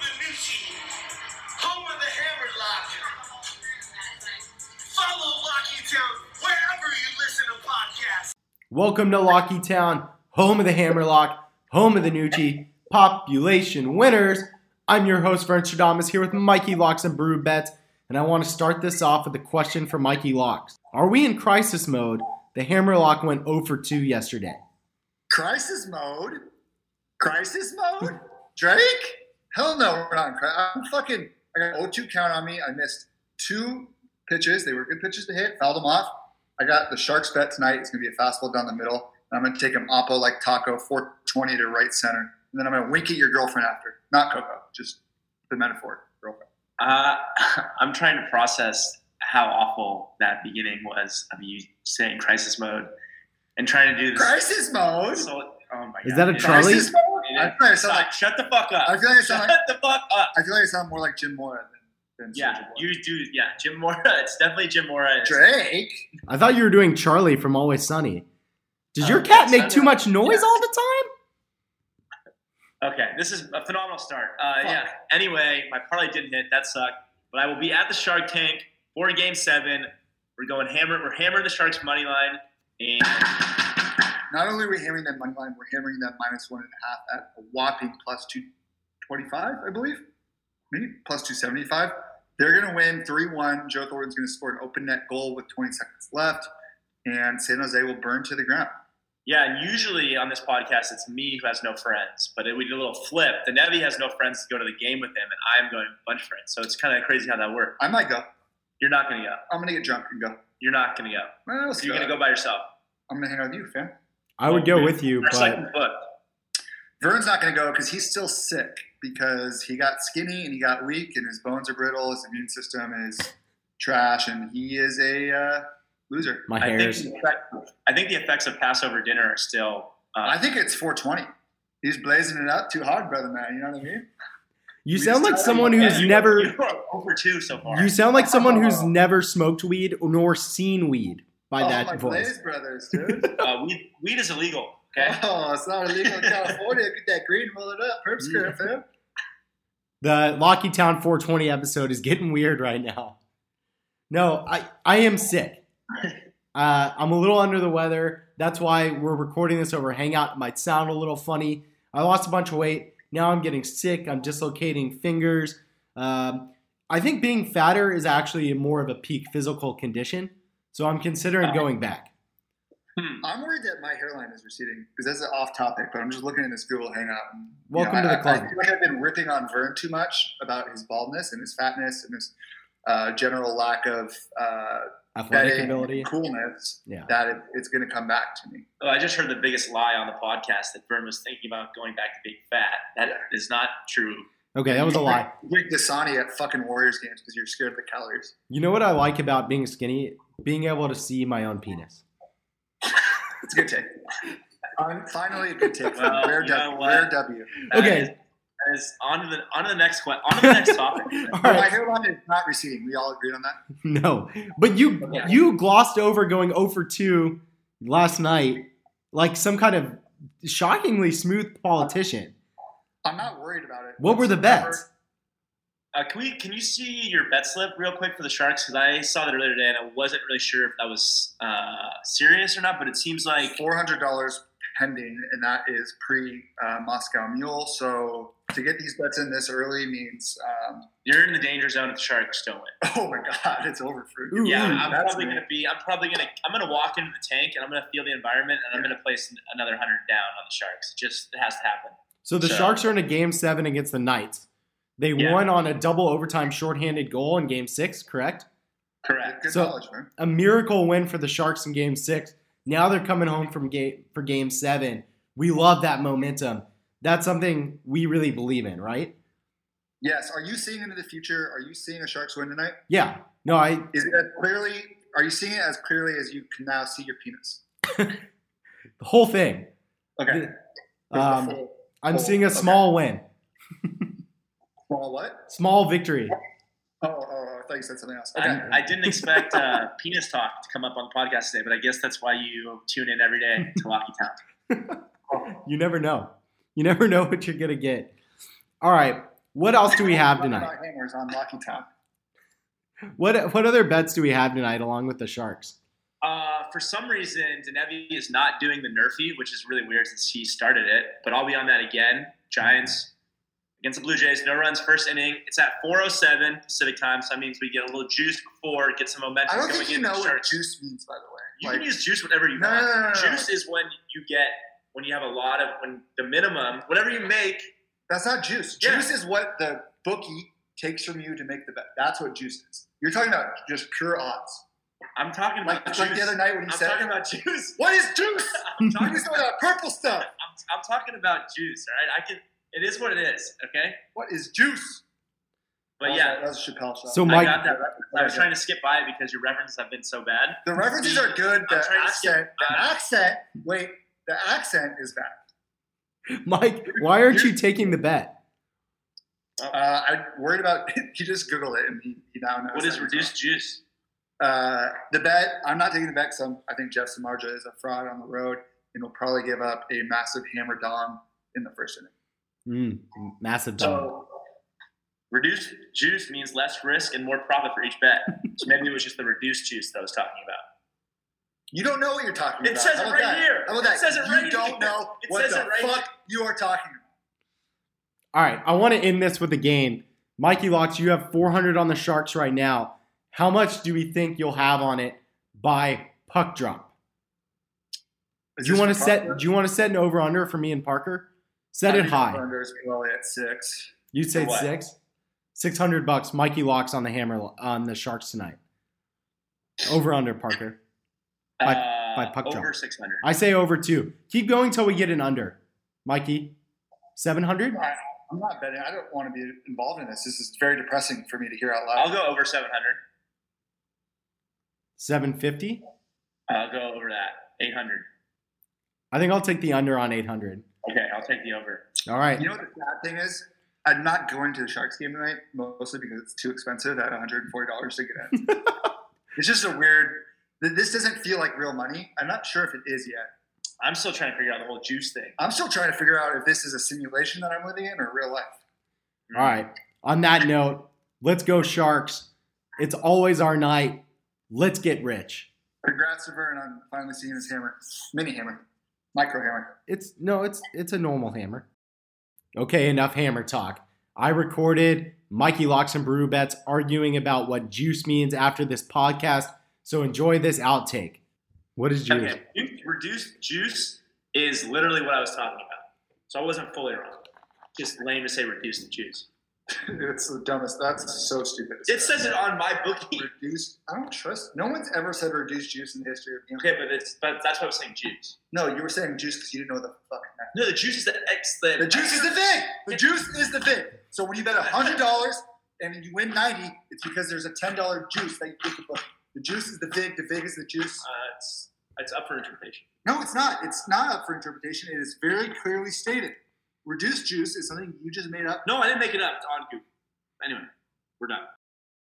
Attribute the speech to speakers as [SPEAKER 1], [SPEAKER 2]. [SPEAKER 1] Richie, home of the hammer locker. Follow Locky Town wherever you listen to podcasts.
[SPEAKER 2] Welcome to Locky Town, home of the Hammerlock, home of the Nucci, population winners. I'm your host, Vern Stradamus, here with Mikey Locks and Brew Bets, and I want to start this off with a question for Mikey Locks. Are we in crisis mode? The Hammerlock went 0 for 2 yesterday.
[SPEAKER 3] Crisis mode? Crisis mode? Drake? Hell no, we're not in crisis. I'm fucking. I got 0 2 count on me. I missed two pitches. They were good pitches to hit. Fouled them off. I got the Sharks bet tonight. It's going to be a fastball down the middle. And I'm going to take him oppo like taco, 420 to right center. And then I'm going to wink at your girlfriend after. Not Coco, just the metaphor, girlfriend.
[SPEAKER 4] Uh, I'm trying to process how awful that beginning was of you saying crisis mode and trying to do this.
[SPEAKER 3] Crisis mode?
[SPEAKER 4] So, oh my God.
[SPEAKER 2] Is that a
[SPEAKER 4] dude.
[SPEAKER 2] trolley?
[SPEAKER 3] Crisis mode? I feel like I sound
[SPEAKER 4] Stop.
[SPEAKER 3] like,
[SPEAKER 4] Shut the fuck up.
[SPEAKER 3] I feel like I sound
[SPEAKER 4] Shut
[SPEAKER 3] like,
[SPEAKER 4] the fuck up.
[SPEAKER 3] I feel like I sound more like Jim Mora than, than
[SPEAKER 4] Yeah,
[SPEAKER 3] Sergio Boy.
[SPEAKER 4] you do. Yeah, Jim Mora. It's definitely Jim Mora. It's-
[SPEAKER 3] Drake?
[SPEAKER 2] I thought you were doing Charlie from Always Sunny. Does your
[SPEAKER 4] Uh,
[SPEAKER 2] cat make
[SPEAKER 4] yes,
[SPEAKER 2] too
[SPEAKER 4] I-
[SPEAKER 2] much noise
[SPEAKER 4] yeah.
[SPEAKER 2] all the time?
[SPEAKER 4] Okay, this is a phenomenal start. Uh,
[SPEAKER 3] Fuck.
[SPEAKER 4] yeah. Anyway, my parlay didn't hit. That sucked. But I will be at the Shark Tank for Game Seven. We're going hammer. We're hammering the Sharks money line. And
[SPEAKER 3] Not only are we hammering that money line, we're hammering that minus one and a half at a whopping plus two twenty-five, I believe, maybe plus two seventy-five. They're going to win three-one. Joe Thornton's going to score an open net goal with twenty seconds left, and San Jose will burn to the ground.
[SPEAKER 4] yeah, and usually on this podcast, it's me who has no friends. But we did a little flip. The Nevi has no friends to go to the game with him, and I'm going with a bunch of friends. So it's kind of crazy how that worked.
[SPEAKER 3] I might go.
[SPEAKER 4] You're not going to go.
[SPEAKER 3] I'm going to get drunk and go.
[SPEAKER 4] You're not going to go.
[SPEAKER 3] Well, let's
[SPEAKER 4] So you're
[SPEAKER 3] do
[SPEAKER 4] going to
[SPEAKER 3] it.
[SPEAKER 4] go by yourself.
[SPEAKER 3] I'm going to hang out with you, fam.
[SPEAKER 2] I would go with you,
[SPEAKER 4] Our
[SPEAKER 2] but
[SPEAKER 4] second book.
[SPEAKER 3] Vern's not going to go because he's still sick because he got skinny and he got weak and his bones are brittle. His immune system is trash, and he is a uh, loser.
[SPEAKER 2] my
[SPEAKER 4] I think,
[SPEAKER 2] hairs.
[SPEAKER 4] the effect- I think the effects of Passover dinner are still.
[SPEAKER 3] I
[SPEAKER 4] Uh,
[SPEAKER 3] think it's 420. He's blazing it up too hard, brother man. You know what I mean?
[SPEAKER 2] You
[SPEAKER 3] we
[SPEAKER 2] sound
[SPEAKER 3] just
[SPEAKER 2] like
[SPEAKER 3] tell
[SPEAKER 2] someone
[SPEAKER 4] yeah,
[SPEAKER 2] who's
[SPEAKER 4] you-
[SPEAKER 2] never
[SPEAKER 4] You are over two so far.
[SPEAKER 2] You sound like someone who's
[SPEAKER 3] Oh.
[SPEAKER 2] never smoked weed nor seen weed by
[SPEAKER 3] oh, my
[SPEAKER 2] that voice.
[SPEAKER 3] Blaze brothers, dude.
[SPEAKER 4] uh, weed, weed is illegal. Okay.
[SPEAKER 3] Oh, it's not illegal in California. Get that green, roll it up,
[SPEAKER 2] Mm.
[SPEAKER 3] herb skirt, fam.
[SPEAKER 2] The Lockheed Town 420 episode is getting weird right now. No, I, I am sick. Uh, I'm a little under the weather. That's why we're recording this over Hangout. It might sound a little funny. I lost a bunch of weight. Now I'm getting sick. I'm dislocating fingers. Um, I think being fatter is actually more of a peak physical condition. So I'm considering going back.
[SPEAKER 4] Hmm.
[SPEAKER 3] I'm worried that my hairline is receding because that's an off topic, but I'm just looking at this Google Hangout. And, you
[SPEAKER 2] Welcome
[SPEAKER 3] know,
[SPEAKER 2] to
[SPEAKER 3] I-
[SPEAKER 2] the club.
[SPEAKER 3] I, I feel like I've been ripping on Vern too much about his baldness and his fatness and his uh, general lack of uh,
[SPEAKER 2] Athletic
[SPEAKER 3] vetting
[SPEAKER 2] ability.
[SPEAKER 3] and coolness
[SPEAKER 2] Yeah.
[SPEAKER 3] that it, it's going to come back to me.
[SPEAKER 4] Oh, I just heard the biggest lie on the podcast that Vern was thinking about going back to being fat. That is not true.
[SPEAKER 2] Okay, that was a lie.
[SPEAKER 3] You're Dasani at fucking Warriors games because you're scared of the calories.
[SPEAKER 2] You know what I like about being skinny? Being able to see my own penis.
[SPEAKER 3] It's a good take. Um, finally, a good take.
[SPEAKER 4] Well,
[SPEAKER 3] rare,
[SPEAKER 4] you know
[SPEAKER 3] w,
[SPEAKER 4] what?
[SPEAKER 3] rare W.
[SPEAKER 4] That
[SPEAKER 2] Okay.
[SPEAKER 4] is- that is on to the on to the next question. On to the next topic.
[SPEAKER 2] All
[SPEAKER 3] My
[SPEAKER 2] right.
[SPEAKER 3] hairline is not receding. We all agreed on that.
[SPEAKER 2] No. But you
[SPEAKER 4] Yeah.
[SPEAKER 2] you glossed over going 0 for 2 last night like some kind of shockingly smooth politician.
[SPEAKER 3] I'm not worried about it.
[SPEAKER 2] What were the bets?
[SPEAKER 4] Uh, can we can you see your bet slip real quick for the Sharks? Because I saw that earlier today and I wasn't really sure if that was uh, serious or not. But it seems like
[SPEAKER 3] Four hundred dollars pending, and that is pre uh, Moscow Mule. So to get these bets in this early means, um,
[SPEAKER 4] you're in the danger zone if the Sharks don't win.
[SPEAKER 3] oh my god, it's over for
[SPEAKER 2] Ooh,
[SPEAKER 3] you.
[SPEAKER 4] Yeah,
[SPEAKER 2] ooh,
[SPEAKER 4] I'm
[SPEAKER 3] that's
[SPEAKER 4] probably
[SPEAKER 3] me.
[SPEAKER 4] gonna be. I'm probably gonna. I'm gonna walk into the tank and I'm gonna feel the environment and I'm gonna place another hundred down on the Sharks. Just it has to happen.
[SPEAKER 2] So the
[SPEAKER 4] So-
[SPEAKER 2] Sharks are in a game 7 against the Knights. They
[SPEAKER 4] Yeah.
[SPEAKER 2] won on a double overtime shorthanded goal in game 6, correct?
[SPEAKER 4] Correct.
[SPEAKER 3] Good
[SPEAKER 2] So-
[SPEAKER 3] knowledge, man.
[SPEAKER 2] A miracle win for the Sharks in game 6. Now they're coming home from game for game 7. We love that momentum. That's something we really believe in, right?
[SPEAKER 3] Yes. Are you seeing into the future? Are you seeing a Sharks win tonight?
[SPEAKER 2] Yeah. No, I
[SPEAKER 3] Is it as clearly? Are you seeing it as clearly as you can now see your penis?
[SPEAKER 2] the whole thing.
[SPEAKER 3] Okay.
[SPEAKER 2] Um,
[SPEAKER 3] Full-
[SPEAKER 2] I'm
[SPEAKER 3] full-
[SPEAKER 2] seeing a
[SPEAKER 3] okay.
[SPEAKER 2] small win,
[SPEAKER 3] Full what?
[SPEAKER 2] small victory.
[SPEAKER 3] Oh, oh, oh, I thought you said something else. Okay.
[SPEAKER 4] I, I didn't expect uh, penis talk to come up on the podcast today, but I guess that's why you tune in every day to Locky Town.
[SPEAKER 2] You never know. You never know what you're gonna get. All right, What else do we have
[SPEAKER 3] Talking
[SPEAKER 2] tonight?
[SPEAKER 3] about Hangers on Lucky Top.
[SPEAKER 2] What what other bets do we have tonight along with the Sharks?
[SPEAKER 4] Uh, for some reason, Denevi is not doing the Nerfy, which is really weird since he started it. But I'll be on that again. Giants against the Blue Jays, no runs, first inning. It's at 4:07 Pacific time, so that means we get a little juice before, get some momentum
[SPEAKER 3] I don't
[SPEAKER 4] going
[SPEAKER 3] think you
[SPEAKER 4] into
[SPEAKER 3] know
[SPEAKER 4] the
[SPEAKER 3] what
[SPEAKER 4] Sharks.
[SPEAKER 3] juice means, by the
[SPEAKER 4] You
[SPEAKER 3] way.
[SPEAKER 4] can
[SPEAKER 3] Like,
[SPEAKER 4] use juice whatever you
[SPEAKER 3] no,
[SPEAKER 4] want.
[SPEAKER 3] no, no, no, no.
[SPEAKER 4] Juice is when you get when you have a lot of when the minimum, whatever you make.
[SPEAKER 3] That's not juice.
[SPEAKER 4] Yeah.
[SPEAKER 3] Juice is what the bookie takes from you to make the bet. That's what juice is. You're talking about just pure odds.
[SPEAKER 4] I'm talking about
[SPEAKER 3] Like, like
[SPEAKER 4] juice.
[SPEAKER 3] the other night when you
[SPEAKER 4] I'm
[SPEAKER 3] said,
[SPEAKER 4] talking about juice.
[SPEAKER 3] What is juice?
[SPEAKER 4] I'm
[SPEAKER 3] I'm
[SPEAKER 4] talking,
[SPEAKER 3] just talking about purple stuff.
[SPEAKER 4] I'm, I'm talking about juice. All right, I can. It is what it is. Okay,
[SPEAKER 3] What is juice?
[SPEAKER 4] but
[SPEAKER 3] That was-
[SPEAKER 4] yeah,
[SPEAKER 3] that was a Chappelle show.
[SPEAKER 2] So
[SPEAKER 4] I
[SPEAKER 2] Mike,
[SPEAKER 4] got that. I was trying to skip by it because your references have been so bad.
[SPEAKER 3] the references are good. The
[SPEAKER 4] I'm trying to skip
[SPEAKER 3] accent, the
[SPEAKER 4] that.
[SPEAKER 3] accent. Wait, the accent is bad.
[SPEAKER 2] Mike, why aren't you taking the bet?
[SPEAKER 4] Oh.
[SPEAKER 3] Uh, I worried about. he just googled it and he, he now knows.
[SPEAKER 4] What is
[SPEAKER 3] that.
[SPEAKER 4] reduced juice?
[SPEAKER 3] Uh, the bet. I'm not taking the bet. Some. I think Jeff Samarja is a fraud on the road and will probably give up a massive hammer dong in the first inning.
[SPEAKER 2] Mm, massive dog.
[SPEAKER 3] So
[SPEAKER 4] Reduced juice means less risk and more profit for each bet. So maybe it was just the reduced juice that I was talking about.
[SPEAKER 3] you don't know what you're talking
[SPEAKER 4] It
[SPEAKER 3] about.
[SPEAKER 4] says
[SPEAKER 3] How
[SPEAKER 4] it
[SPEAKER 3] about
[SPEAKER 4] right
[SPEAKER 3] that?
[SPEAKER 4] here.
[SPEAKER 3] How about
[SPEAKER 4] It
[SPEAKER 3] that?
[SPEAKER 4] says it right
[SPEAKER 3] You don't
[SPEAKER 4] here.
[SPEAKER 3] know
[SPEAKER 4] It
[SPEAKER 3] what
[SPEAKER 4] says
[SPEAKER 3] the
[SPEAKER 4] it right
[SPEAKER 3] fuck you are talking about.
[SPEAKER 2] All right, I want to end this with a game. Mikey Locks, you have 400 on the Sharks right now. How much do we think you'll have on it by puck drop?
[SPEAKER 3] Is
[SPEAKER 2] Do you
[SPEAKER 3] this
[SPEAKER 2] want to
[SPEAKER 3] for
[SPEAKER 2] set?
[SPEAKER 3] Parker?
[SPEAKER 2] Do you want to set an over under for me and Parker? Set
[SPEAKER 3] I
[SPEAKER 2] it
[SPEAKER 3] think
[SPEAKER 2] high.
[SPEAKER 3] over-under is probably at six.
[SPEAKER 2] You'd say
[SPEAKER 4] For what?
[SPEAKER 2] six, six hundred bucks. Mikey locks on the hammer on the Sharks tonight. Over under Parker. By-
[SPEAKER 4] uh,
[SPEAKER 2] by puck
[SPEAKER 4] over
[SPEAKER 2] drop.
[SPEAKER 4] 600.
[SPEAKER 2] I say over two. Keep going till we get an under. Mikey, seven hundred.
[SPEAKER 3] I- I'm not betting. I don't want to be involved in this. This is very depressing for me to hear out
[SPEAKER 4] I'll
[SPEAKER 3] loud.
[SPEAKER 4] go over 700.
[SPEAKER 2] Seven fifty.
[SPEAKER 4] I'll go over that. 800.
[SPEAKER 2] I think I'll take the under on eight hundred.
[SPEAKER 4] Okay, I'll take the over.
[SPEAKER 2] All right.
[SPEAKER 3] You know what the sad thing is? I'm not going to the Sharks game tonight, mostly because it's too expensive at $140 to get in. it's just a weird. th- This doesn't feel like real money. I'm not sure if it is yet.
[SPEAKER 4] I'm still trying to figure out the whole juice thing.
[SPEAKER 3] I'm still trying to figure out if this is a simulation that I'm living in or real life.
[SPEAKER 2] All right. On that note, let's go Sharks. It's always our night. Let's get rich.
[SPEAKER 3] Congrats to Vern on finally seeing his hammer, mini hammer, micro hammer.
[SPEAKER 2] It's no, it's it's a normal hammer. Okay, enough hammer talk. I recorded Mikey Locks and Brew Bets arguing about what juice means after this podcast. So enjoy this outtake. What is juice?
[SPEAKER 4] Okay, reduced- reduced juice is literally what I was talking about. So I wasn't fully wrong. Just lame to say reduced juice.
[SPEAKER 3] it's the dumbest. That's so stupid.
[SPEAKER 4] It says it on my bookie.
[SPEAKER 3] reduced. I don't trust. No one's ever said reduced juice in the history of gambling.
[SPEAKER 4] Okay, but it's but that's why I was saying juice.
[SPEAKER 3] No, you were saying juice because you didn't know the fucking. Name.
[SPEAKER 4] No, the juice is the X. The,
[SPEAKER 3] The juice
[SPEAKER 4] Uh,
[SPEAKER 3] is the thing. The juice is the thing. So when you bet hundred dollars and you win ninety, it's because there's a ten dollar juice that you get the book. The juice is the vig. The vig is the juice.
[SPEAKER 4] Uh, it's, it's up for interpretation.
[SPEAKER 3] No, it's not. It's not up for interpretation. It is very clearly stated. Reduced juice is something you just made up.
[SPEAKER 4] No, I didn't make it up. It's on Google. Anyway, we're done.